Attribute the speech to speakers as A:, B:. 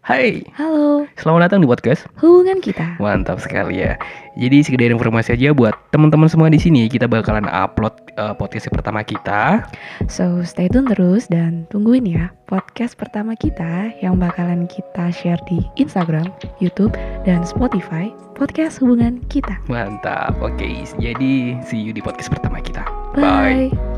A: Hai,
B: Halo,
A: selamat datang di podcast.
B: hubungan kita.
A: Mantap sekali ya. Jadi sekedar informasi aja buat teman-teman semua di sini, kita bakalan upload eh, podcast yang pertama kita.
B: So, stay tune terus dan tungguin ya podcast pertama kita yang bakalan kita share di Instagram, YouTube, dan Spotify. Podcast hubungan kita.
A: Mantap. Oke, jadi see you di podcast pertama kita. Bye.
B: Bye.